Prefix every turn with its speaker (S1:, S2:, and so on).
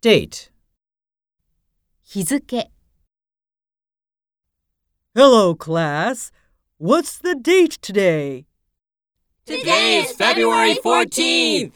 S1: Date.
S2: 日付
S1: Hello, class. What's the date today?
S3: Today is February 14th.